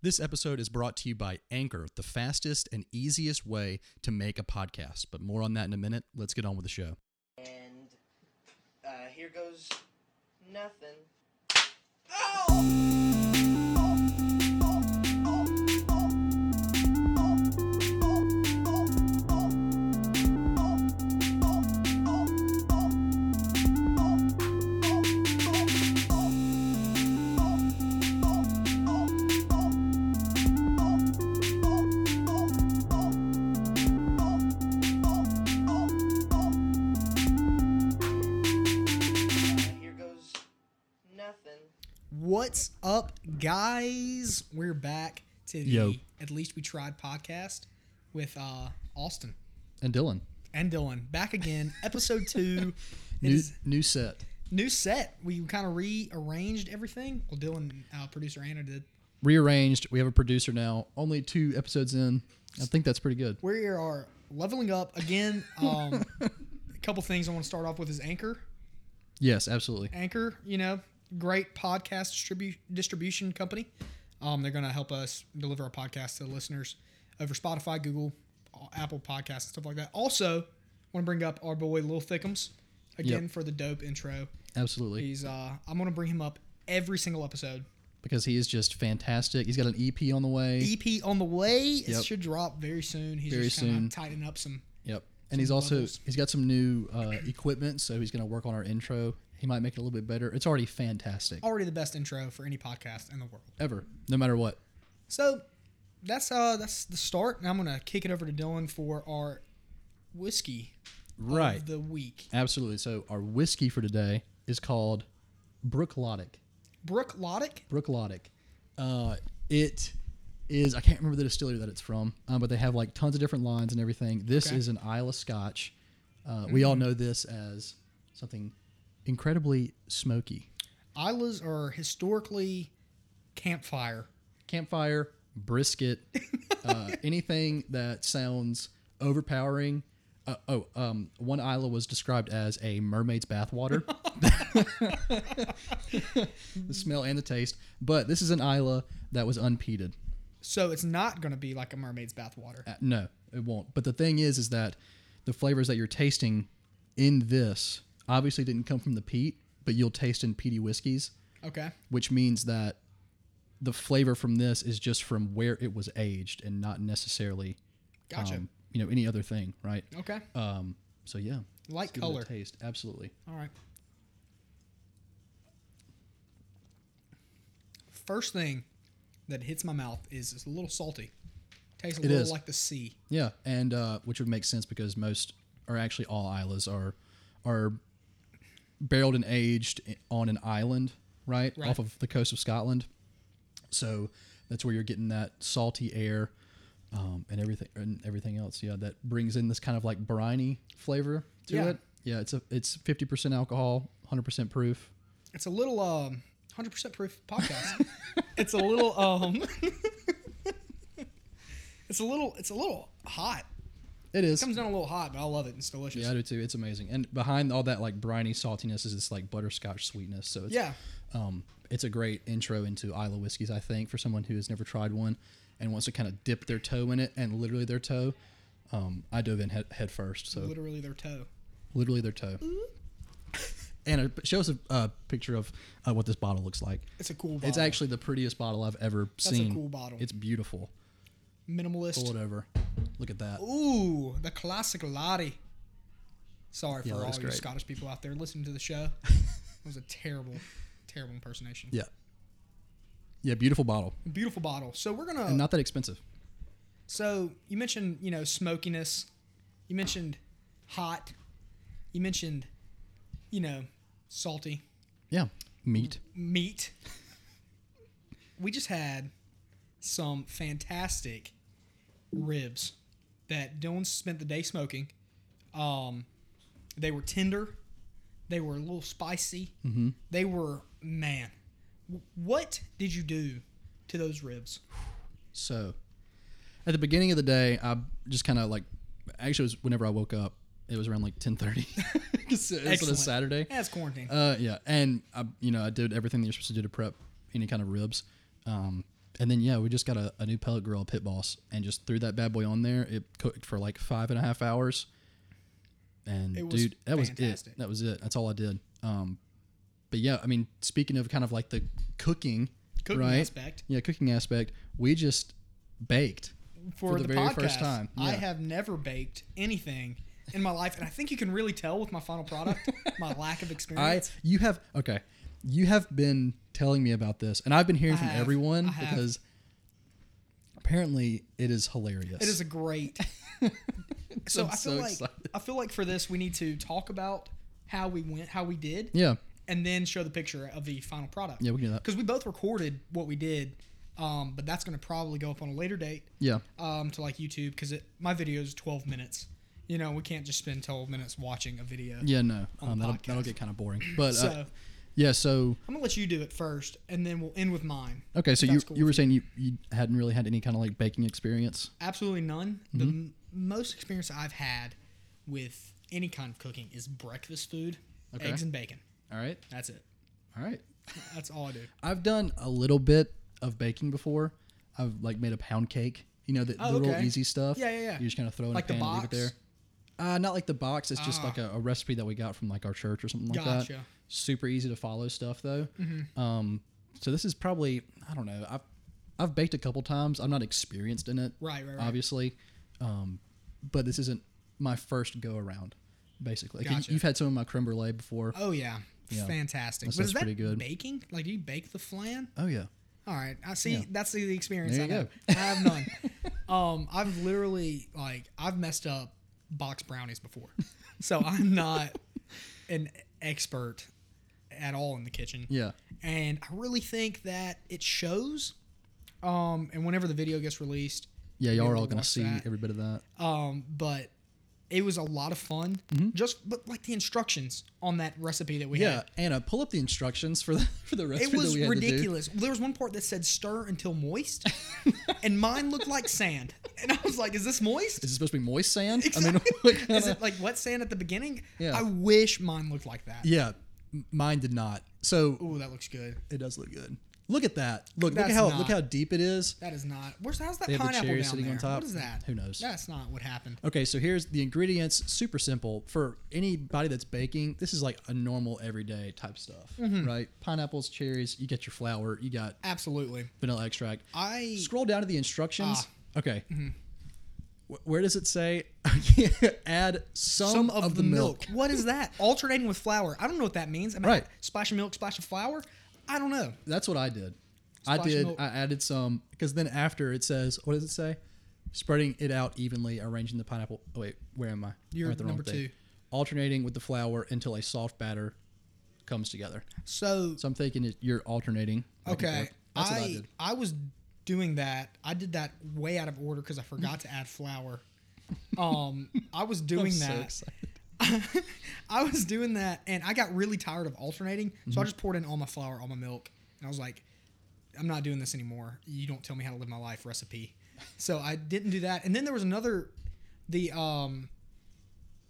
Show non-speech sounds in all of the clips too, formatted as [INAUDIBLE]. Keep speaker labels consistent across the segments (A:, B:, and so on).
A: This episode is brought to you by Anchor, the fastest and easiest way to make a podcast. But more on that in a minute. Let's get on with the show.
B: And uh, here goes nothing. Uh, here goes nothing.
C: What's up, guys? We're back to the
A: Yo.
C: At Least We Tried podcast with uh, Austin
A: And Dylan,
C: and Dylan. Back
A: [LAUGHS]
C: again, episode two. It
A: new,
C: is
A: new set.
C: new set. We kind of rearranged everything. Well, Dylan, uh, producer Anna, did.
A: Rearranged. We have a producer now. Only two episodes in. I think that's pretty
C: [LAUGHS]
A: good.
C: We are leveling
A: [LAUGHS]
C: up again. Um, a couple things I want to start off with is Anchor.
A: Yes, absolutely.
C: Anchor, you know, great podcast distribu- distribution company. Um, they're going to help us deliver our podcast to the listeners over Spotify, Google, uh, Apple Podcasts, and stuff like that. Also, want to bring up our boy Lil Thickums again
A: Yep.
C: for the dope intro.
A: Absolutely.
C: He's uh, I'm going to bring him up every single episode.
A: Because he is just fantastic. He's got an EP on the way.
C: EP E on the way.
A: Yep.
C: It should drop very soon. He's
A: Very
C: just kind
A: soon.
C: of tightening up some.
A: Yep. And he's also
C: levels.
A: he's got some new uh, equipment, so he's going to work on our intro. He might make it a little bit better. It's already fantastic.
C: Already the best intro for any podcast in the world.
A: Ever, no matter what.
C: So that's uh that's the start, and I'm gonna kick it over to Dylan for our whiskey
A: Right.
C: of the week.
A: Absolutely. So our whiskey for today is called Brooklotic.
C: Brooke Loddick.
A: Brooklotic. Uh, it is I can't remember the distillery that it's from, um, but they have like tons of different lines and everything. This
C: Okay.
A: is an Isla Scotch. Uh, We all know this as something incredibly smoky.
C: Islas are historically campfire.
A: Campfire, brisket, uh, anything that sounds overpowering. Uh, oh, um, one Isla was described as a mermaid's bathwater. [LAUGHS] the smell and the taste. But this is an Isla that was unpeated.
C: So it's not gonna be like a mermaid's bathwater.
A: Uh, no, it won't. But the thing is, is that the flavors that you're tasting in this obviously didn't come from the peat, but you'll taste in peaty whiskeys,
C: Okay.
A: which means that the flavor from this is just from where it was aged and not necessarily,
C: Gotcha.
A: um, you know, any other thing, right?
C: okay.
A: Um, so yeah,
C: Light
A: Let's give it a
C: color.
A: taste, absolutely.
C: All right. First thing that hits my mouth is it's a little salty. Tastes a
A: It
C: little
A: is.
C: like the sea.
A: Yeah, and uh, which would make sense because most, or actually all islas are, are barreled and aged i- on an island, right,
C: Right.
A: off of the coast of Scotland. So that's where you're getting that salty air, um, and everything and everything else. Yeah, that brings in this kind of like briny flavor to
C: Yeah.
A: it. Yeah, it's a it's fifty percent alcohol, hundred percent proof.
C: It's a little um 100% proof
A: [LAUGHS]
C: podcast. it's a little um [LAUGHS] It's a little it's a little hot.
A: It is.
C: It comes down a little hot, but I love it. It's delicious.
A: yeah, I do too. It's amazing. And behind all that like briny saltiness is this like butterscotch sweetness. So it's
C: Yeah.
A: um, it's a great intro into Isla whiskeys, I think, for someone who has never tried one and wants to kind of dip their toe in it and literally their toe. Um, I dove in head, head first, so literally,
C: Literally their toe. Mm-hmm.
A: their toe. And show us a uh, picture of uh, what this bottle looks like.
C: It's a cool bottle.
A: It's actually the prettiest bottle I've ever
C: a
A: seen.
C: cool bottle.
A: It's beautiful. Pull
C: minimalist.
A: it over. Look at that.
C: Ooh, the classic lottie. Sorry
A: Yeah,
C: for
A: that
C: all
A: is
C: you
A: great.
C: Scottish people out there listening to
A: [LAUGHS]
C: the show. it was a terrible, terrible impersonation.
A: Yeah. Yeah, beautiful bottle.
C: Beautiful bottle. So we're gonna
A: And not that expensive.
C: So you mentioned, you know, smokiness. You mentioned hot. You mentioned, you know, salty
A: Yeah. Meat.
C: meat. We just had some fantastic ribs that Dylan spent the day smoking. Um, they were tender. They were a little spicy. Mm-hmm. They were man. w- What did you do to those ribs?
A: So, at the beginning of the day, I just kind of like, actually, it was whenever I woke up. It was around like ten thirty. [LAUGHS] it was on a
C: Excellent.
A: Saturday.
C: That's quarantine.
A: Uh, yeah, and I, you know, I did everything that you're supposed to do to prep any kind of ribs. Um, And then yeah, we just got a, a new pellet grill, Pit Boss, and just threw that bad boy on there. It cooked for like five and a half hours. And
C: It was
A: dude, that was
C: fantastic.
A: it. That was it. That's all I did. Um, but yeah, I mean, speaking of kind of like the cooking,
C: Cooking
A: right?
C: aspect.
A: Yeah, cooking aspect. We just baked.
C: for,
A: the
C: the,
A: very
C: podcast,
A: first time.
C: I
A: Yeah.
C: have never baked anything in my life, and I think you can really tell with my final product my lack
A: [LAUGHS]
C: of
A: I
C: experience.
A: you have okay. You have been telling me about this, and I've been hearing
C: I
A: from
C: have.
A: everyone
C: I have.
A: because apparently it is hilarious.
C: it is
A: [LAUGHS]
C: a great. so
A: I'm
C: I feel
A: so
C: like
A: excited.
C: I feel like for this we need to talk about how we went, how we did,
A: yeah,
C: and then show the picture of the final product.
A: yeah, we can do that.
C: because we both recorded what we did, um, but that's going to probably go up on a later date.
A: Yeah,
C: um, to like YouTube because my video is 12 minutes. You know, we can't just spend 12 minutes watching a video.
A: yeah, no,
C: On
A: um, that'll,
C: podcast.
A: that'll get kind of boring. But
C: So
A: uh, yeah, so
C: I'm gonna let you do it first, and then we'll end with mine.
A: okay, so
C: If
A: you
C: that's cool
A: you were
C: with
A: saying you, you hadn't really had any kind of like baking experience.
C: Absolutely none. The
A: Mm-hmm.
C: m- most experience I've had with any kind of cooking is breakfast food,
A: Okay.
C: eggs and bacon.
A: All right,
C: That's it.
A: all right.
C: That's all I do.
A: I've done a little bit of baking before. I've like made a pound cake. You know the,
C: Oh,
A: the real
C: okay.
A: easy stuff.
C: Yeah, yeah, yeah.
A: You just kind of throw it in
C: Like
A: a
C: the
A: pan and leave it
C: box?
A: there. Uh, not like the box. It's just
C: Ah.
A: like a, a recipe that we got from like our church or something like that.
C: Gotcha. Mm-hmm.
A: Super easy to follow stuff though. Um, so this is probably I don't know. I've I've baked a couple times. I'm not experienced in it,
C: Right, right, right.
A: obviously, um, but this isn't my first go around. Basically, Like, you-
C: Gotcha.
A: you've had some of my creme brulee before.
C: Oh yeah,
A: Yeah.
C: fantastic.
A: That
C: but
A: sounds
C: is that
A: pretty good.
C: baking? Like, do you bake the flan?
A: Oh yeah,
C: All right, I see.
A: Yeah.
C: That's the experience
A: There
C: I
A: you
C: have.
A: go.
C: I have
A: [LAUGHS]
C: none. um, I've literally like I've messed up box
A: [LAUGHS]
C: brownies before, so I'm not an expert at all in the kitchen.
A: yeah.
C: And I really think that it shows. Um, and whenever the video gets released,
A: Yeah, y'all
C: You'll
A: are all gonna
C: watch
A: see
C: that.
A: every bit of that.
C: um, but it was a lot of fun. Just but like the instructions on that recipe that we
A: Mm-hmm. Yeah,
C: had.
A: Anna, pull up the instructions for the [LAUGHS] for the recipe.
C: It was
A: that we had to do.
C: ridiculous. There was one part that said stir until moist,
A: [LAUGHS]
C: and mine looked like sand. And I was like, is this moist? [LAUGHS]
A: Is it supposed to be moist sand?
C: Exactly.
A: [LAUGHS] what kinda-
C: is it like wet sand at the beginning?
A: Yeah.
C: I wish mine looked like that.
A: yeah, m- mine did not. So
C: Ooh, that looks good.
A: it does look good. Look at that. Look, look
C: That's
A: at how
C: not-
A: look how deep it is.
C: That is not. Where's how's that
A: have the
C: pineapple
A: cherry
C: down
A: sitting
C: there?
A: on top.
C: What is that?
A: Who knows?
C: That's not what happened.
A: Okay, so here's the ingredients. Super simple for anybody that's baking. This is like a normal everyday type stuff,
C: Mm-hmm.
A: right? Pineapples, cherries. You get your flour. You got
C: Absolutely.
A: vanilla extract.
C: I Ah. Mm-hmm.
A: Scroll down to the instructions. Okay. Wh- Where does it say? [LAUGHS] Add some,
C: some of, the milk. What is that? [LAUGHS] Alternating with flour. I don't know what that means. I mean,
A: Right.
C: Splash of milk, splash of flour. I don't know.
A: That's what I did. I
C: Splash
A: did.
C: milk.
A: I added some because then after it says, what does it say? Spreading it out evenly, arranging the pineapple. Oh, wait, where am I? I'm
C: You're
A: at the
C: number two.
A: Alternating with the flour until a soft batter comes together.
C: So
A: So I'm thinking it, you're alternating. back and
C: Okay.
A: forth. That's
C: I,
A: what I did.
C: I was doing that. I did that way out of order because I forgot to add flour. Um, I [LAUGHS] was doing
A: I'm so
C: that.
A: excited.
C: [LAUGHS] I was doing that, and I got really tired of alternating, so I just poured in all my flour, all my milk, and I was like, "I'm not doing this anymore. You don't tell me how to live my life recipe." So I didn't do that. And then there was another, the um,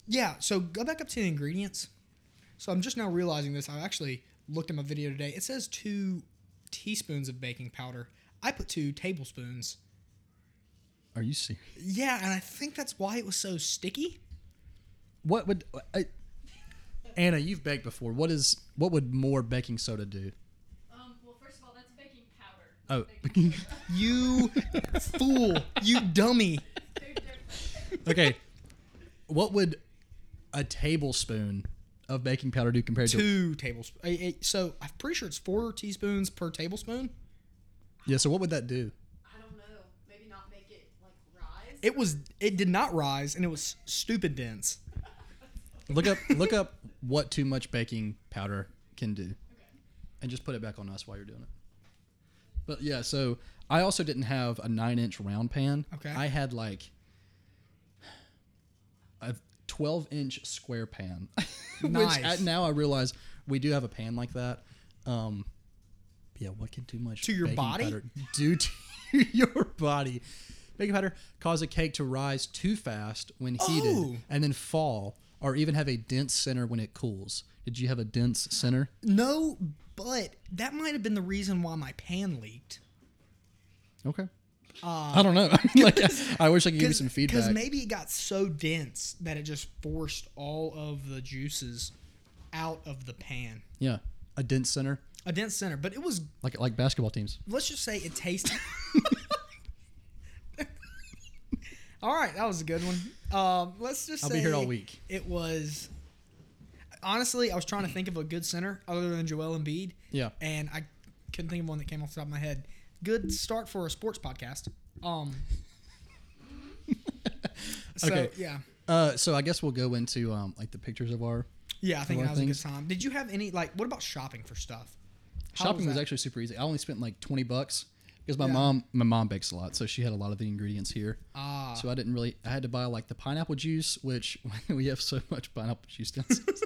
C: yeah. So go back up to the ingredients. So I'm just now realizing this. I actually looked at my video today. It says two teaspoons of baking powder. I put two tablespoons.
A: Are you serious?
C: Yeah, and I think that's why it was so sticky.
A: What would uh, I, Anna? You've baked before. What is what would more baking soda do?
D: Um, well, first of all, that's baking powder.
A: Oh,
D: Baking soda.
C: You fool! You dummy!
D: They're different.
A: okay. What would a tablespoon of baking powder do compared to?
C: two tablespoons. So I'm pretty sure it's four teaspoons per tablespoon.
A: Yeah. So what would that do?
D: I don't know. Maybe not make it like rise.
C: It was. It did not rise, and it was stupid dense.
A: Look
C: [LAUGHS]
A: up look up what too much baking powder can do, and just put it back on us while you're doing it. But yeah, so I also didn't have a nine inch round pan.
C: Okay.
A: I had like a twelve inch square
C: [LAUGHS]
A: pan. Which
C: Nice.
A: I, now I realize we do have a pan like that. Um, yeah, what can too much
C: To your
A: baking
C: body?
A: powder do to [LAUGHS] your body? Baking powder cause a cake to rise too fast when heated
C: Oh.
A: and then fall, or even have a dense center when it cools. Did you have a dense center?
C: No, but that might have been the reason why my pan leaked.
A: Okay.
C: Um,
A: I don't know. [LAUGHS] like, I, I wish I could
C: [LAUGHS]
A: give you some
C: Because
A: feedback.
C: maybe it got so dense that it just forced all of the juices out of the pan.
A: yeah, a dense center,
C: A dense center, but it was.
A: like like basketball teams.
C: Let's just say it tasted. [LAUGHS] all right, that was a good one. Um, let's just.
A: I'll be here all
C: say
A: week.
C: It was. Honestly, I was trying to think of a good center other than Joel Embiid,
A: Yeah.
C: and I couldn't think of one that came off the top of my head. Good start for a sports podcast.
A: [LAUGHS]
C: Um. So,
A: Okay.
C: Yeah.
A: Uh, so I guess we'll go into um, like the pictures of our
C: Yeah, I think
A: lot
C: that
A: of
C: was
A: things.
C: a good time. Did you have any like? What about shopping for stuff? How
A: shopping was
C: that?
A: actually super easy. I only spent like twenty bucks because my
C: Yeah.
A: mom my mom bakes a lot, so she had a lot of the ingredients here.
C: ah.
A: So I didn't really. I had to buy like the pineapple juice, which [LAUGHS] we have so much pineapple juice downstairs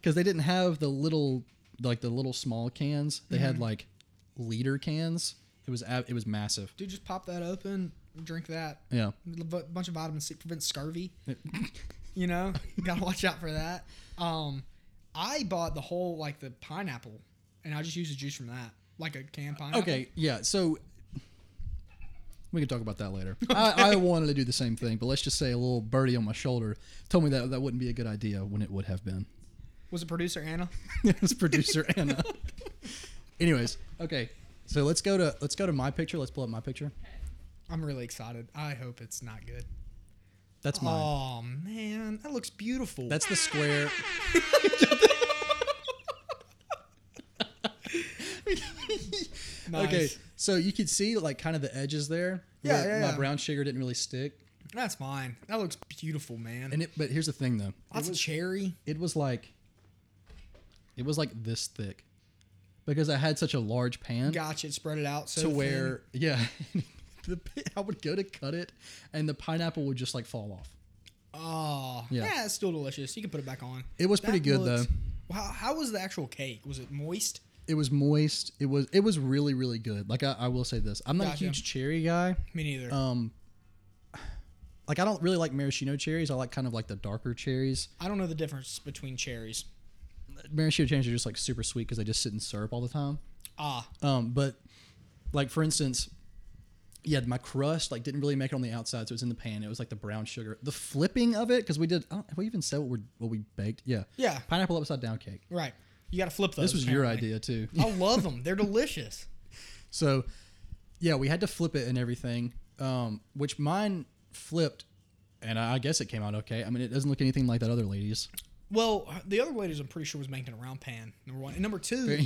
A: because they didn't have the little like the little small cans. They had like liter cans. It was ab- it was massive.
C: Dude, just pop that open, drink that.
A: Yeah.
C: A bunch of vitamin C prevents scurvy. [LAUGHS] You know, gotta watch out for that. Um, I bought the whole like the pineapple, and I just used the juice from that, like a canned pineapple.
A: Okay. Yeah. So we can talk about that later. I, I wanted to do the same thing, but let's just say a little birdie on my shoulder told me that that wouldn't be a good idea when it would have been. [LAUGHS]
C: Was it producer Anna? [LAUGHS]
A: It's producer Anna. Anyways, okay. So let's go to let's go to my picture. Let's pull up my picture.
C: I'm really excited. I hope it's not good.
A: That's mine.
C: Oh man, that looks beautiful.
A: That's the square.
C: [LAUGHS] nice.
A: Okay, so you could see like kind of the edges there.
C: Yeah,
A: where
C: yeah,
A: My
C: yeah.
A: brown sugar didn't really stick,
C: That's mine. That looks beautiful, man.
A: and it. But here's the thing though,
C: Lots of cherry.
A: it was like, it was like this thick, because I had such a large pan
C: Gotcha. It spread it out so
A: to
C: thin.
A: where [LAUGHS] yeah, the pi- I would go to cut it, and the pineapple would just like fall off.
C: Oh,
A: Yeah.
C: yeah. it's still delicious. You can put it back on.
A: It was pretty good, though.
C: Wow, how was the actual cake? Was it moist?
A: It was moist. It was it was really really good. Like I, I will say this, I'm not
C: Gotcha.
A: a huge cherry guy.
C: Me neither.
A: Um, like I don't really like maraschino cherries. I like kind of like the darker cherries.
C: I don't know the difference between cherries.
A: maraschino cherries are just like super sweet because they just sit in syrup all the time.
C: Ah,
A: Um, but like for instance, yeah, my crust like didn't really make it on the outside, so it was in the pan. It was like the brown sugar. The flipping of it because we did. I don't, have we even said what we what we baked? Yeah,
C: Yeah.
A: pineapple upside down cake.
C: right. You got to flip
A: This
C: those.
A: was your
C: apparently.
A: idea too.
C: I love them. They're delicious.
A: So, yeah, we had to flip it and everything, um, which mine flipped, and I I guess it came out okay. I mean, it doesn't look anything like that other lady's. [LAUGHS]
C: Well, the other ladies, I'm pretty sure, was making a round pan. Number one, and number two,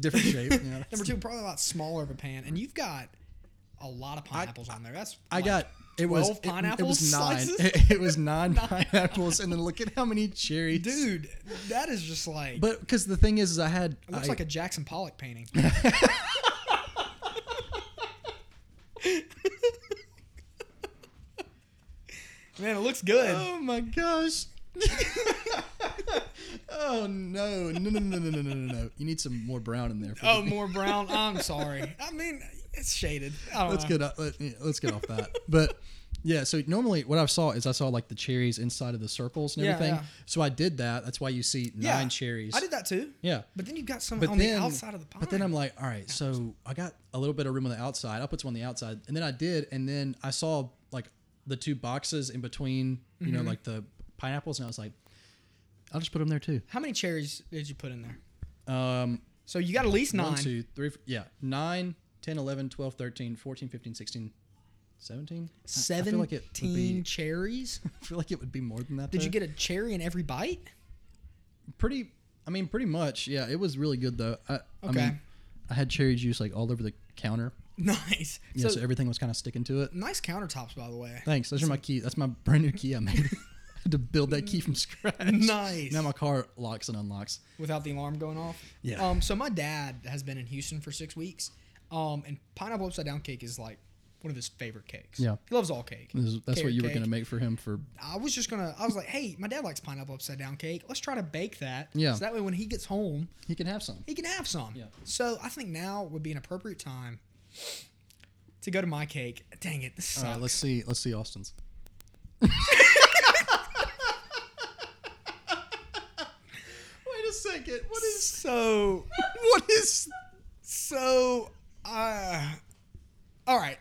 A: Different
C: [LAUGHS]
A: shape. Yeah.
C: number two, probably a lot smaller of a pan. And you've got a lot of pineapples on there. That's
A: I
C: like-
A: got it was
C: 12
A: it- It,
C: pineapple
A: was nine. [LAUGHS]
C: slices?
A: It, it was
C: [LAUGHS]
A: nine pineapples, and then look at how many cherries,
C: dude. That is just like
A: But because the thing is, is I had
C: it looks
A: I- [LAUGHS]
C: like a Jackson Pollock painting. Man, it looks good.
A: Oh my gosh. [LAUGHS] oh no no no no no no no no! no. You need some more brown in there. for
C: Oh,
A: the-
C: more brown. I'm sorry. [LAUGHS] I mean, it's shaded. I don't
A: let's
C: know.
A: get off, let, yeah, let's get off that.
C: [LAUGHS]
A: But yeah, so normally what I saw is I saw like the cherries inside of the circles and
C: Yeah,
A: everything.
C: yeah.
A: So I did that. That's why you see
C: Yeah,
A: nine cherries.
C: I did that too.
A: Yeah.
C: But then you've got some
A: but
C: on
A: then,
C: the outside of the pine.
A: But then I'm like, all right, so I got a little bit of room on the outside. I'll put some on the outside. And then I did, and then I saw like the two boxes in between, you know,
C: Mm-hmm.
A: like the pineapples, and I was like, I'll just put them there too.
C: how many cherries did you put in there?
A: Um,
C: So you got at least nine.
A: one, two, three, f- yeah, 9, 10, 11, 12, 13, 14, 15, 16, 17? I, I
C: Seventeen
A: feel like it would be,
C: cherries.
A: I [LAUGHS] feel like it would be more than that.
C: Did you
A: though.
C: get a cherry in every bite? [LAUGHS]
A: pretty? I mean, pretty much. Yeah, it was really good though. I, I
C: Okay.
A: mean, I had cherry juice like all over the counter.
C: Nice.
A: Yeah,
C: so,
A: so everything was kind of sticking to it.
C: nice countertops, by the way.
A: Thanks. Those are my key. That's my brand new key I made. [LAUGHS] I had to build that key from scratch.
C: [LAUGHS] Nice.
A: Now my car locks and unlocks.
C: without the alarm going off.
A: Yeah.
C: Um. So my dad has been in Houston for six weeks. Um. And pineapple upside down cake is like one of his favorite cakes.
A: Yeah.
C: He loves all cake.
A: This is- That's what
C: Carrot
A: you were
C: cake.
A: gonna make for him for.
C: I was just gonna. I was like, hey, my dad likes pineapple upside down cake. Let's try to bake that.
A: Yeah.
C: So that way, when he gets home,
A: He can have some.
C: he can have some.
A: Yeah.
C: So I think now would be an appropriate time to go to my cake. Dang it, this
A: All
C: sucks.
A: right. Let's see. Let's see Austin's. [LAUGHS] Wait a second. What
C: so [LAUGHS]
A: What is?
C: so. Uh. All right.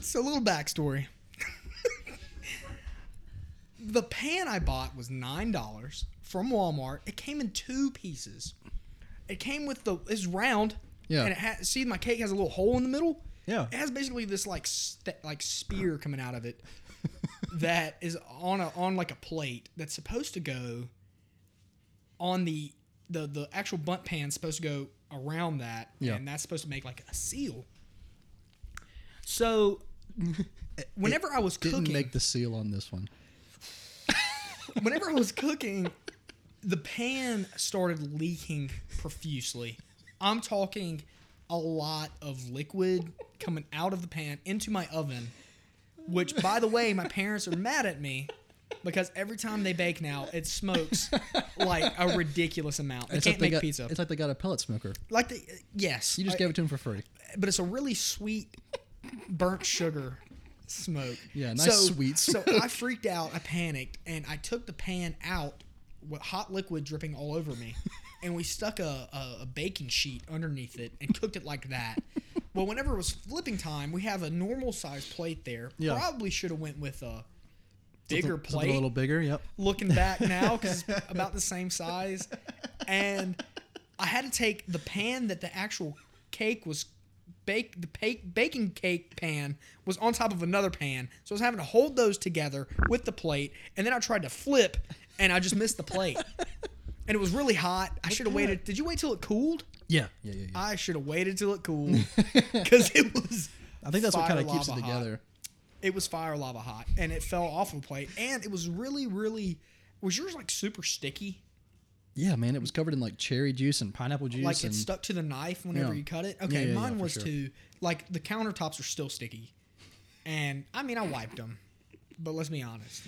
C: So a little backstory. [LAUGHS] the pan I bought was nine dollars from Walmart. It came in two pieces. It came with the it's round.
A: Yeah.
C: And it has see my cake has a little hole in the middle.
A: Yeah.
C: It has basically this like st- like spear coming out of it [LAUGHS] that is on a on like a plate that's supposed to go on the the the actual bunt pan's supposed to go around that
A: Yeah.
C: and that's supposed to make like a seal.
A: [LAUGHS]
C: So whenever I was
A: Didn't
C: cooking
A: make the seal on this one.
C: whenever I was cooking, the pan started leaking profusely. I'm talking a lot of liquid coming out of the pan into my oven, which, by the way, my parents are mad at me because every time they bake now, it smokes like a ridiculous amount. They can't
A: they
C: make
A: got,
C: pizza.
A: It's like they got a pellet smoker.
C: Like the yes,
A: You just
C: I-
A: gave it to him for free.
C: but it's a really sweet burnt sugar smoke.
A: [LAUGHS] Yeah, nice sweet [LAUGHS]
C: So
A: smoke.
C: I freaked out, I panicked, and I took the pan out with hot liquid dripping all
A: [LAUGHS]
C: over me, and we stuck a, a, a baking sheet underneath it and cooked it like that. well, whenever it was flipping time, we have a normal size plate there.
A: Yeah.
C: Probably should have went with a bigger
A: Something- something
C: plate
A: A little bigger. Yep.
C: looking back now because it's
A: [LAUGHS]
C: about the same size. And I had to take the pan that the actual cake was bake the bake, baking cake pan was on top of another pan, so I was having to hold those together with the plate. And then I tried to flip, and I just missed the plate. And it was really hot. I should have waited. Did you wait till it cooled?
A: Yeah. Yeah. Yeah. yeah.
C: I should have waited till
A: [LAUGHS]
C: it cooled because it was.
A: I think that's what
C: fire
A: kind of keeps it
C: lava hot
A: together.
C: it was fire lava hot and it fell off of a plate and it was really really was yours like super sticky
A: Yeah, man. It was covered in like cherry juice and pineapple juice.
C: like it
A: and,
C: stuck to the knife whenever
A: Yeah.
C: you cut it okay
A: yeah, yeah,
C: mine
A: for
C: was
A: sure.
C: too like the countertops are still sticky and i mean i wiped them but let's be honest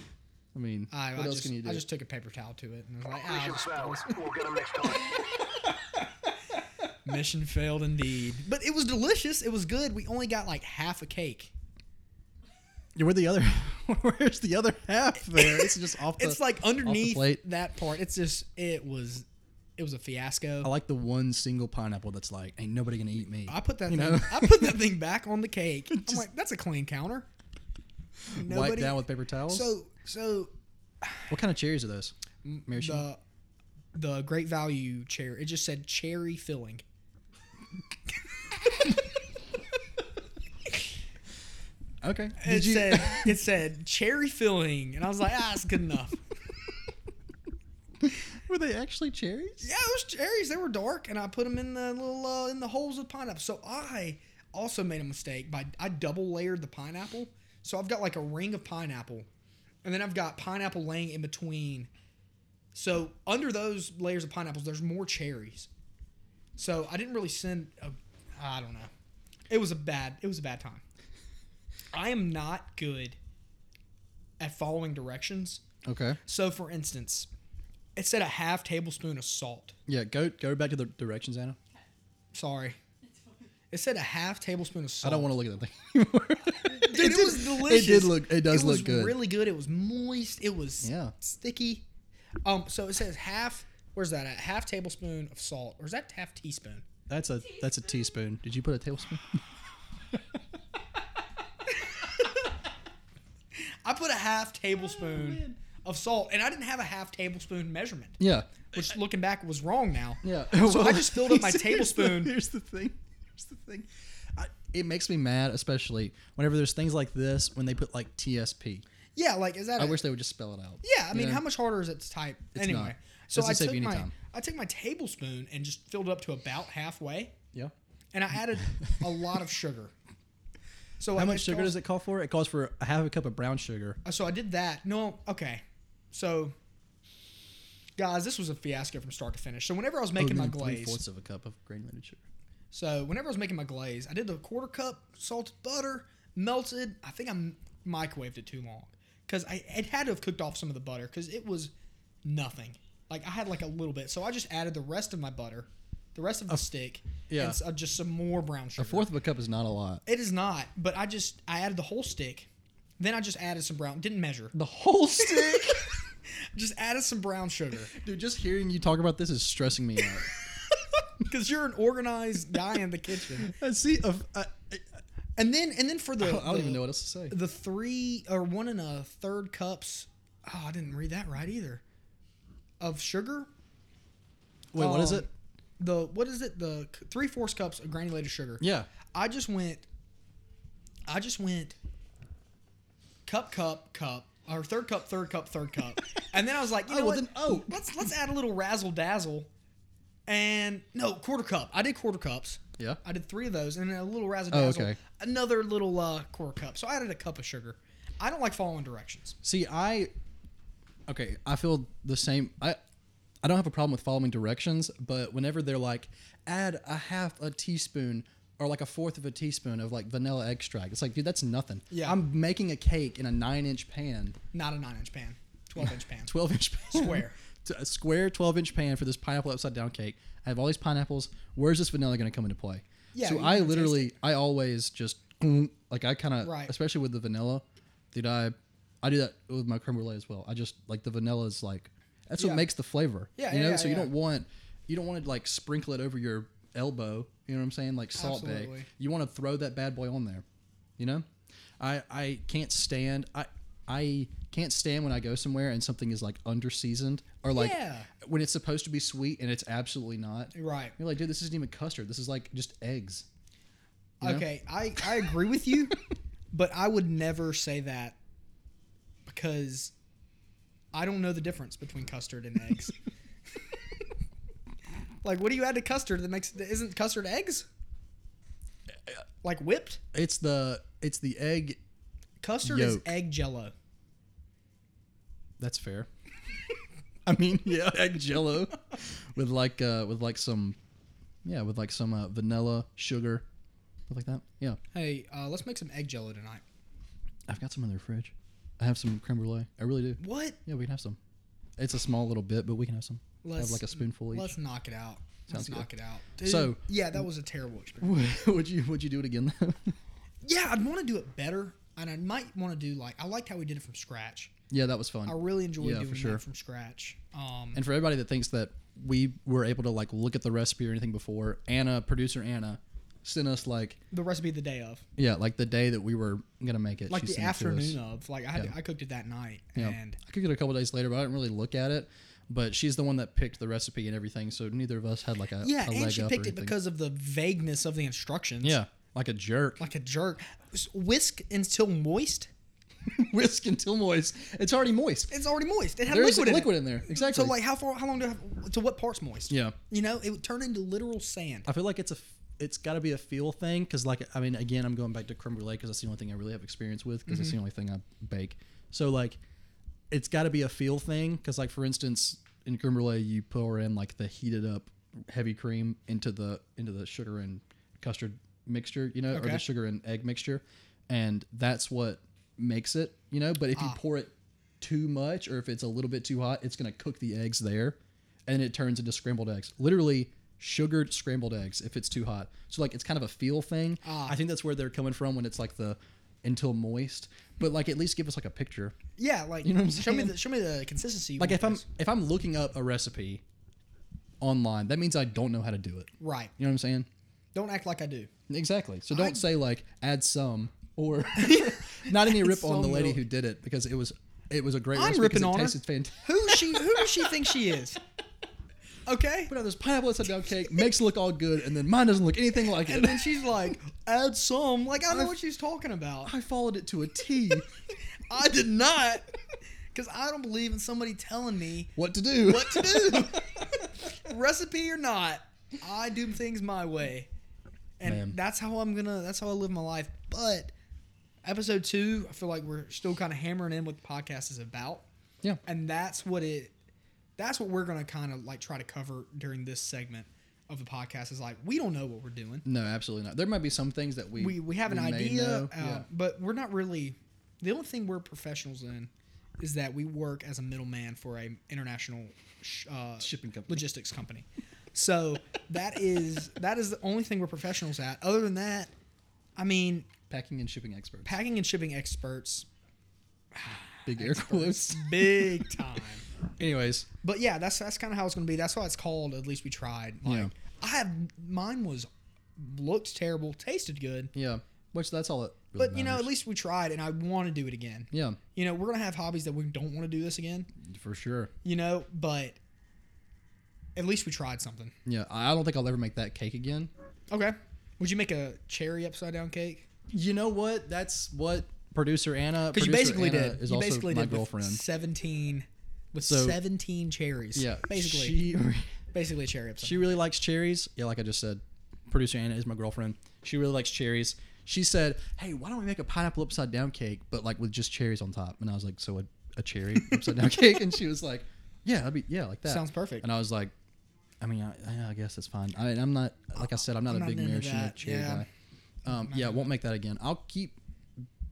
A: I mean,
C: i,
A: what
C: I
A: else
C: just
A: can you do?
C: I just took a paper towel to it and was like
E: Mission
C: ah,
E: failed. We'll get 'em next time.
C: [LAUGHS] mission failed indeed but it was delicious it was good we only got like half a cake
A: Yeah, where the other? [LAUGHS] Where's the other half? There, it's just
C: [LAUGHS]
A: off. The,
C: it's like underneath
A: plate.
C: that part it's just it was it was a fiasco
A: I like the one single pineapple that's like, ain't nobody gonna eat me.
C: I put that
A: You
C: thing,
A: know?
C: I put that thing back on
A: [LAUGHS]
C: the cake. I'm
A: Just-
C: like, that's a clean counter.
A: Wiped down with paper towels.
C: so Mm, so
A: what kind of cherries are those? Mary Sue?
C: the the great value cherry. It just said cherry filling.
A: okay.
C: It
A: Did you? [LAUGHS]
C: said it said cherry filling, and I was like, ah, that's good enough.
A: were they actually cherries?
C: yeah, those cherries they were dark, and I put them in the little uh, in the holes of pineapple. So I also made a mistake by I double layered the pineapple. So I've got like a ring of pineapple, and then I've got pineapple laying in between. So under those layers of pineapples, there's more cherries. So I didn't really send. A, I don't know. It was a bad. It was a bad time. I am not good at following directions.
A: Okay.
C: So for instance, it said a half tablespoon of salt.
A: Yeah. Go go back to the directions, Anna.
C: Sorry. It said a half tablespoon of
A: I
C: salt.
A: don't want to look at that thing [LAUGHS] anymore.
C: Dude, it, was delicious.
A: It did look. It does
C: it was
A: look good.
C: Really good. It was moist. It was
A: Yeah.
C: sticky. Um. So it says half. Where's that at? Half tablespoon of salt, or is that half teaspoon?
A: that's a that's a teaspoon. Did you put a tablespoon?
C: I put a half tablespoon of salt, and I didn't have a half tablespoon measurement,
A: [LAUGHS] yeah.
C: which looking back was wrong now.
A: Yeah.
C: [LAUGHS] So I just
A: [LAUGHS]
C: filled up my
A: Here's the-
C: tablespoon.
A: here's the thing. Here's the thing. I, it makes me mad, especially whenever there's things like this when they put like TSP.
C: Yeah. Like is that?
A: I
C: a-
A: wish they would just spell it out.
C: Yeah, I
A: You
C: mean,
A: know?
C: how much harder is it to type
A: It's
C: anyway?
A: not.
C: So
A: Doesn't
C: I
A: save
C: took
A: you any
C: my
A: time.
C: I took my tablespoon and just filled it up to about halfway,
A: Yeah.
C: and I
A: [LAUGHS]
C: added a lot of sugar. So
A: How much sugar does it call for? It calls for a half a cup of brown sugar.
C: So I did that. No, okay. So, guys, this was a fiasco from start to finish. So whenever I was making my
A: Oh, Three
C: glaze,
A: fourths of a cup of granulated sugar.
C: so whenever I was making my glaze, I did the quarter cup salted butter melted. I think I m- microwaved it too long because I it had to have cooked off some of the butter because it was nothing. Like I had like a little bit, so I just added the rest of my butter, the rest of the stick,
A: yeah.
C: and s- uh, just some more brown sugar.
A: A fourth of a cup is not a lot.
C: It is not, but I just I added the whole stick. Then I just added some brown. Didn't measure.
A: The whole stick.
C: [LAUGHS] Just added some brown sugar
A: Dude, just hearing you talk about this is stressing me
C: [LAUGHS]
A: out.
C: because you're an organized guy in the kitchen.
A: I see. A, I, I-
C: And then and then for the
A: I don't, I don't
C: the-
A: even know what else to say.
C: the three or one and a third cups. Oh, I didn't read that right either. Of sugar.
A: Wait, what is
C: um,
A: it?
C: The what is it? The c- three fourths cups of granulated sugar.
A: Yeah.
C: I just went. I just went. Cup, cup, cup, or third cup, third cup, third
A: [LAUGHS]
C: cup, and then I was like, you
A: Oh,
C: know
A: well
C: what?
A: then- oh.
C: [LAUGHS] let's let's add a little razzle dazzle, and no quarter cup. I did quarter cups.
A: Yeah.
C: I did three of those, and then a little razzle
A: Oh,
C: dazzle.
A: okay.
C: Another little uh, quarter cup. So I added a cup of sugar. I don't like following directions.
A: See, I okay, I feel the same. I I don't have a problem with following directions, but whenever they're like, add a half a teaspoon or like a fourth of a teaspoon of like vanilla extract, it's like, dude, that's nothing.
C: Yeah.
A: I'm making a cake in a nine inch pan,
C: Not a nine-inch pan,
A: [LAUGHS]
C: twelve-inch pan.
A: twelve inch pan,
C: Square.
A: [LAUGHS] T- a square twelve inch pan for this pineapple upside down cake. I have all these pineapples. Where's this vanilla going to come into play?
C: Yeah,
A: So
C: you
A: I
C: can taste
A: literally, I always just mm, like I kind of,
C: Right.
A: especially with the vanilla, dude. I, I do that with my creme brulee as well. I just like the vanilla is like that's
C: Yeah.
A: what makes the flavor.
C: Yeah,
A: you
C: yeah,
A: know.
C: yeah,
A: so you
C: yeah.
A: don't want, you don't want to like sprinkle it over your elbow. You know what I'm saying? Like salt bay.
C: Absolutely.
A: You want to throw that bad boy on there. You know, I I can't stand I. I can't stand when I go somewhere and something is like under seasoned or like
C: Yeah.
A: when it's supposed to be sweet and it's absolutely not.
C: Right.
A: You're like, dude, this isn't even custard. This is like just eggs. You know?
C: Okay, I, I agree
A: [LAUGHS]
C: with you, but I would never say that because I don't know the difference between custard and
A: [LAUGHS]
C: eggs. like, what do you add to custard that makes that isn't custard eggs? Like whipped
A: It's the it's the egg.
C: custard is
A: Yolk.
C: egg jello.
A: That's fair. [LAUGHS] I mean, yeah, egg jello with like uh with like some yeah, with like some uh, vanilla, sugar, stuff like that. Yeah.
C: Hey, uh, let's make some egg jello tonight.
A: I've got some in the fridge. I have some creme brulee. I really do.
C: What?
A: Yeah, we can have some. It's a small little bit, but we can have some. have
C: Let's-
A: like a spoonful each.
C: Let's knock it out.
A: Sounds
C: Let's
A: good.
C: knock it out.
A: So-
C: yeah, that was a terrible
A: [LAUGHS]
C: experience.
A: would you would you do it again though? [LAUGHS]
C: Yeah, I'd want to do it better, and I might want to do like I liked how we did it from scratch.
A: yeah, that was fun.
C: I really enjoyed
A: Yeah, for
C: doing
A: sure.
C: that from scratch. Um,
A: And for everybody that thinks that we were able to like look at the recipe or anything before, Anna, producer Anna, sent us like
C: the recipe the day of,
A: yeah, like the day that we were gonna make it.
C: like
A: she
C: the
A: sent it to us.
C: afternoon of, like I had
A: Yeah.
C: I cooked it that night,
A: Yeah.
C: and
A: I cooked it a couple days later, but I didn't really look at it. But she's the one that picked the recipe and everything, so neither of us had like a
C: yeah,
A: a
C: and
A: leg
C: she
A: up or
C: picked it
A: anything.
C: because of the vagueness of the instructions.
A: yeah, like a jerk.
C: like a jerk. S- Whisk until moist.
A: [LAUGHS] Whisk until moist. It's already moist.
C: It's already moist. It had
A: There's
C: liquid,
A: liquid, in
C: in
A: there.
C: it.
A: Exactly.
C: So like, how far? How long do I have? To what parts moist?
A: yeah, Uh,
C: You know, it would turn into literal sand.
A: I feel like it's a f- it's got to be a feel thing because like I mean again I'm going back to creme brulee because that's the only thing I really have experience with because it's the only thing I bake. So like it's got to be a feel thing because like for instance in creme brulee you pour in like the heated up heavy cream into the into the sugar and custard mixture you know or
C: Okay.
A: the sugar and egg mixture and that's what makes it you know but if you pour it too much or if it's a little bit too hot it's going to cook the eggs there and it turns into scrambled eggs literally sugared scrambled eggs if it's too hot so like it's kind of a feel thing i think that's where they're coming from when it's like the until moist but like at least give us like a picture
C: Yeah, like
A: You know what I'm
C: show me
A: saying?
C: the show me the consistency. you
A: like
C: want
A: if i'm
C: this.
A: if i'm looking up a recipe online that means i don't know how to do it
C: right,
A: you know what i'm saying
C: don't act like I do. [LAUGHS]
A: exactly so don't say like add some or not any rip on the
C: some
A: lady
C: milk.
A: who did it because it was it was a great
C: I'm
A: recipe
C: ripping
A: 'cause
C: on
A: it
C: her.
A: tasted fantastic
C: Who does she? Who does she think she is? Okay.
A: [LAUGHS] put out this pineapple upside down cake makes it look all good and then mine doesn't look anything like
C: And
A: it [LAUGHS]
C: then she's like, add some. Like, I know what she's talking about.
A: i followed it to a t
C: [LAUGHS] I did not. Because I don't believe in somebody telling me
A: what to do
C: what to do. Recipe or not, I do things my way. And
A: Man.
C: that's how I'm going to, that's how I live my life. But episode two, I feel like we're still kind of hammering in what the podcast is about.
A: yeah
C: And that's what it, that's what we're going to kind of like try to cover during this segment of the podcast is like, we don't know what we're doing.
A: [LAUGHS] no absolutely not there might be some things that we
C: we we have an
A: may
C: idea,
A: know.
C: uh, but we're not really. The only thing we're professionals in is that we work as a middleman for a international sh- uh,
A: Shipping company.
C: logistics company. So that is that is the only thing we're professionals at. Other than that, I mean,
A: packing and shipping experts
C: packing and
A: [LAUGHS]
C: shipping experts,
A: big air quotes
C: big time.
A: anyways
C: But yeah, that's that's kind of how it's going to be. That's why it's called. At least we tried. Like
A: Yeah.
C: I have mine was looked terrible, tasted good.
A: yeah Which that's all it. Really
C: But you know, at
A: matters.
C: least we tried, and I want to do it again.
A: yeah,
C: You know, we're gonna have hobbies that we don't want to do this again.
A: for sure.
C: You know, but at least we tried something.
A: Yeah, I I don't think I'll ever make that cake again.
C: Okay. Would you make a cherry upside down cake?
A: You know what? That's what producer Anna.
C: Because you
A: producer
C: basically
A: Anna
C: did.
A: Is
C: you
A: also
C: basically
A: my
C: did
A: girlfriend.
C: [LAUGHS] With Seventeen with
A: So-
C: seventeen cherries.
A: yeah,
C: Basically,
A: She
C: basically a cherry upside.
A: she really likes cherries. Yeah, like I just said, producer Anna is my girlfriend. She really likes cherries. She said, "Hey, why don't we make a pineapple upside down cake, but like with just cherries on top?" And I was like, "So a, a cherry [LAUGHS] upside down cake?" And she was like, "Yeah, that'd be yeah, like that."
C: Sounds perfect.
A: And I was like, "I mean, I, yeah, I guess that's fine. I, I'm not like I said, I'm not
C: I'm
A: a
C: not
A: big
C: into
A: maraschino
C: that.
A: cherry
C: Yeah.
A: guy. Um, yeah, won't make that again. I'll keep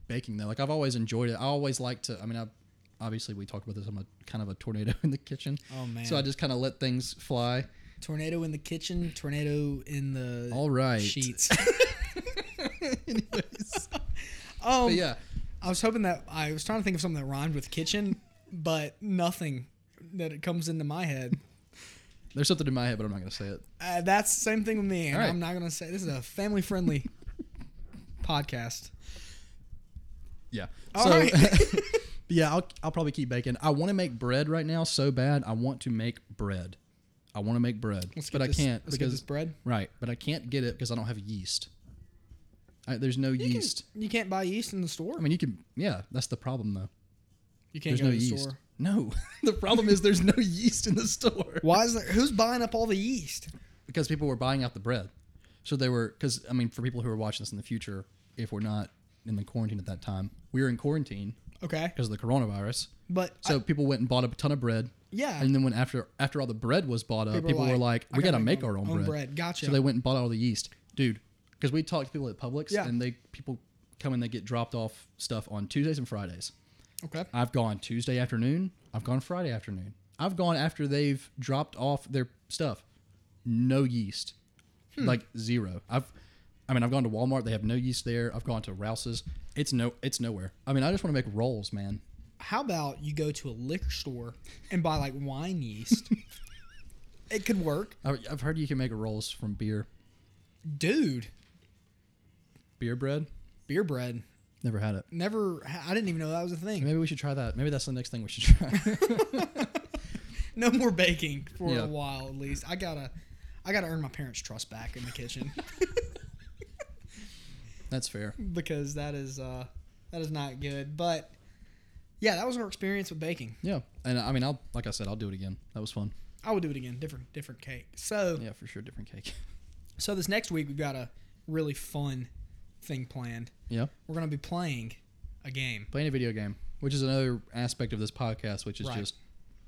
A: baking though. Like I've always enjoyed it. I always like to. I mean, I obviously we talked about this. I'm a kind of a tornado [LAUGHS] in the kitchen.
C: Oh, man.
A: So I just kind of let things fly.
C: tornado in the kitchen. Tornado in the
A: All right. [LAUGHS]
C: sheets. [LAUGHS]
A: Anyways.
C: um,
A: But yeah,
C: I was hoping that I was trying to think of something that rhymed with kitchen, but nothing that it comes into my head.
A: there's something in my head, but I'm not gonna say it.
C: Uh, that's the same thing with me, and
A: All right.
C: I'm not gonna say this is a
A: [LAUGHS]
C: family friendly podcast.
A: Yeah.
C: All
A: so,
C: right.
A: [LAUGHS]
C: [LAUGHS]
A: yeah, I'll, I'll probably keep baking. I want to make bread right now so bad. I want to make bread. I want to make bread,
C: Let's
A: but
C: get
A: I
C: this-
A: can't
C: let's get
A: because
C: this bread.
A: Right, but I can't get it because I don't have yeast. I, there's no
C: You can-
A: yeast.
C: you can't buy yeast in the store.
A: I mean, you can. Yeah, that's the problem though.
C: you can't
A: There's
C: go
A: no
C: to the
A: yeast.
C: store.
A: No, [LAUGHS] the problem is there's no yeast in the store.
C: Why is there? Who's buying up all the yeast?
A: because people were buying out the bread. So they were, because I mean, for people who are watching this in the future, if we're not in the quarantine at that time, we were in quarantine
C: Okay,
A: because of the coronavirus.
C: but I-
A: So people went and bought a ton of bread.
C: Yeah.
A: And then when after after all the bread was bought up,
C: People
A: people,
C: were
A: were
C: like,
A: like,
C: "I
A: "We
C: gotta
A: got to
C: make
A: make
C: my
A: our own,
C: own
A: bread."
C: bread. Gotcha.
A: So they went and bought all the yeast, dude. Because we talked to people at Publix,
C: Yeah.
A: and they people come and they get dropped off stuff on Tuesdays and Fridays.
C: okay.
A: I've gone Tuesday afternoon. I've gone Friday afternoon. I've gone after they've dropped off their stuff. No yeast.
C: Hmm.
A: Like zero. I've I mean, I've gone to Walmart, they have no yeast there. I've gone to Rouse's. It's no it's nowhere. I mean, I just want to make rolls, man.
C: How about you go to a liquor store and buy like wine
A: [LAUGHS]
C: yeast? it could work,
A: I- I've heard you can make rolls from beer.
C: dude.
A: Beer bread?
C: Beer bread.
A: Never had it.
C: Never. I didn't even know that was a thing.
A: Maybe we should try that. Maybe that's the next thing we should [LAUGHS] try.
C: No more baking for
A: Yeah.
C: a while, at least. I gotta, I gotta earn my parents' trust back in
A: [LAUGHS]
C: the kitchen
A: that's fair.
C: because that is, uh, that is not good. But yeah, that was our experience with baking.
A: Yeah. And I mean, I'll like I said, I'll do it again. That was fun.
C: I would do it again. Different, different cake. So,
A: Yeah, for sure different
C: [LAUGHS]
A: cake.
C: so this next week we've got a really fun thing planned.
A: Yeah.
C: We're gonna be playing a game,
A: Playing a video game, which is another aspect of this podcast which is
C: Right.
A: just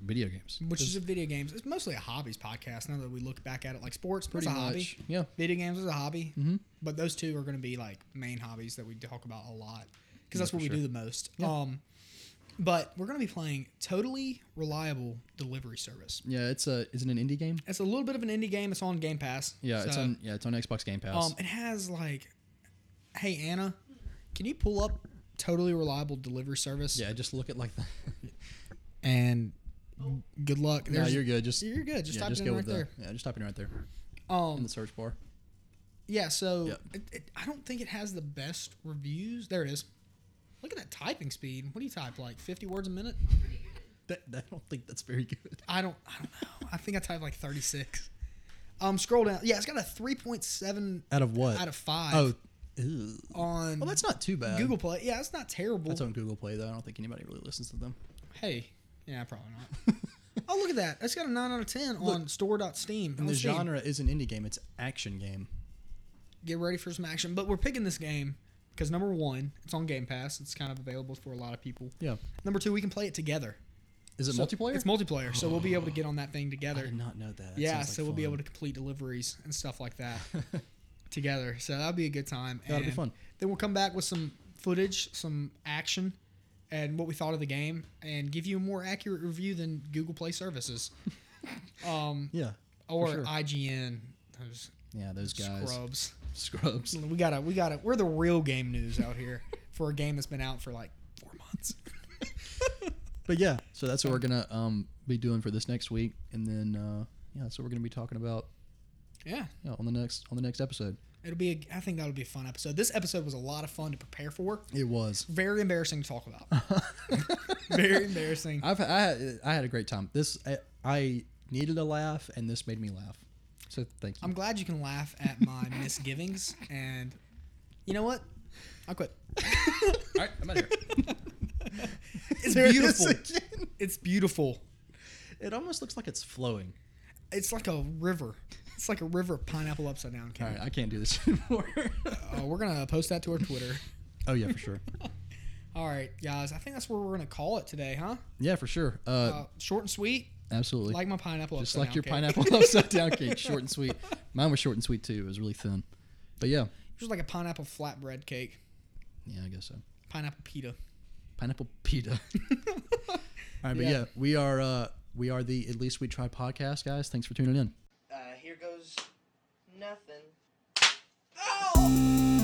A: video games.
C: which is a video games. It's mostly a hobbies podcast. Now that we look back at it, like sports, pretty
A: pretty
C: a
A: much. Mm-hmm.
C: hobby.
A: Yeah.
C: Video games is a hobby, but those two are going to be like main hobbies that we talk about a lot because that's
A: for
C: what we
A: sure.
C: do the most. Um, but we're going to be playing totally reliable delivery service.
A: Yeah, it's a is it an indie game?
C: It's a little bit of an indie game. It's on Game Pass.
A: Yeah, it's
C: so,
A: on yeah, it's on Xbox Game Pass.
C: Um, it has like, hey Anna, can you pull up totally reliable delivery service?
A: yeah, just look at like the [LAUGHS]
C: And good luck.
A: No,
C: There's-
A: you're good. Just
C: You're good. Just
A: yeah,
C: type
A: just
C: it
A: go
C: in
A: with
C: right
A: the
C: there.
A: Yeah, just type it in right there in
C: Um,
A: the search bar.
C: Yeah, so
A: Yeah.
C: It, it, I don't think it has the best reviews. There it is. Look at that typing speed. What do you type? Like 50 words a minute?
A: That, I don't think that's very good.
C: I don't I don't know. I think I type like 36. Um scroll down. Yeah, it's got a 3.7
A: Out of what?
C: out of 5
A: Oh, ew.
C: on
A: well, that's not too bad.
C: Google Play. Yeah, it's not terrible.
A: That's on Google Play though. I don't think anybody really listens to them.
C: hey. Yeah, probably not. [LAUGHS] oh, look at that. It's got a 9 out of 10 on store.steam.
A: And the
C: On Steam.
A: genre is an indie game. It's action game.
C: get ready for some action, but we're picking this game because number 1, it's on Game Pass. It's kind of available for a lot of people.
A: Yeah.
C: Number 2, we can play it together.
A: Is it
C: So-
A: multiplayer?
C: It's multiplayer, so we'll be able to get on that thing
A: I
C: together.
A: did not know that. That
C: yeah,
A: sounds like
C: so we'll be
A: fun.
C: able to complete deliveries and stuff
A: [LAUGHS]
C: like that together. So that'll be a good time.
A: That'll be
C: And
A: fun.
C: Then we'll come back with some footage, some action, and what we thought of the game, and give you a more accurate review than Google
A: [LAUGHS]
C: Play Services um,
A: Yeah. for
C: or
A: sure.
C: IGN. Those
A: Yeah, those guys.
C: scrubs. [LAUGHS]
A: Scrubs.
C: We gotta, we gotta. We're the real game news
A: [LAUGHS]
C: out here for a game that's been out for like four months.
A: But yeah, so that's what we're gonna um, be doing for this next week, and then uh, yeah, that's what we're gonna be talking about
C: yeah.
A: yeah, on the next on the next episode.
C: It'll be. A, I think that'll be a fun episode. This episode was a lot of fun to prepare for.
A: It was.
C: Very embarrassing to talk
A: [LAUGHS]
C: about. [LAUGHS] Very embarrassing.
A: I've I, had- I had a great time. This I, I needed a laugh, and this made me laugh. So thank you.
C: I'm glad you can laugh at my
A: [LAUGHS]
C: misgivings, and you know what? I
A: [LAUGHS]
C: quit.
A: All right, I'm out of here. [LAUGHS]
C: It's
A: There it is
C: beautiful.
A: again.
C: It's beautiful.
A: It almost looks like it's flowing.
C: It's like a river. It's like a river of pineapple upside down.
A: All
C: Kevin.
A: right, I can't do this [LAUGHS]
C: [LAUGHS]
A: anymore.
C: Uh, we're gonna post that to our Twitter.
A: oh yeah, for sure.
C: All right, guys. I think that's where we're gonna call it today, huh?
A: Yeah, for sure. Uh,
C: Uh, short and sweet,
A: absolutely.
C: like my pineapple.
A: Just
C: upside
A: like
C: down
A: your
C: cake.
A: pineapple upside down cake, short and sweet. Mine was short and sweet too. It was really thin. But yeah,
C: [LAUGHS] Just like a pineapple flatbread cake,
A: yeah, I guess so.
C: pineapple pita. [LAUGHS]
A: Pineapple pita. [LAUGHS] All right, but
C: Yeah.
A: yeah, we are uh we are the At Least We Try podcast, guys. Thanks for tuning in.
B: Uh, here goes nothing. Oh! Uh,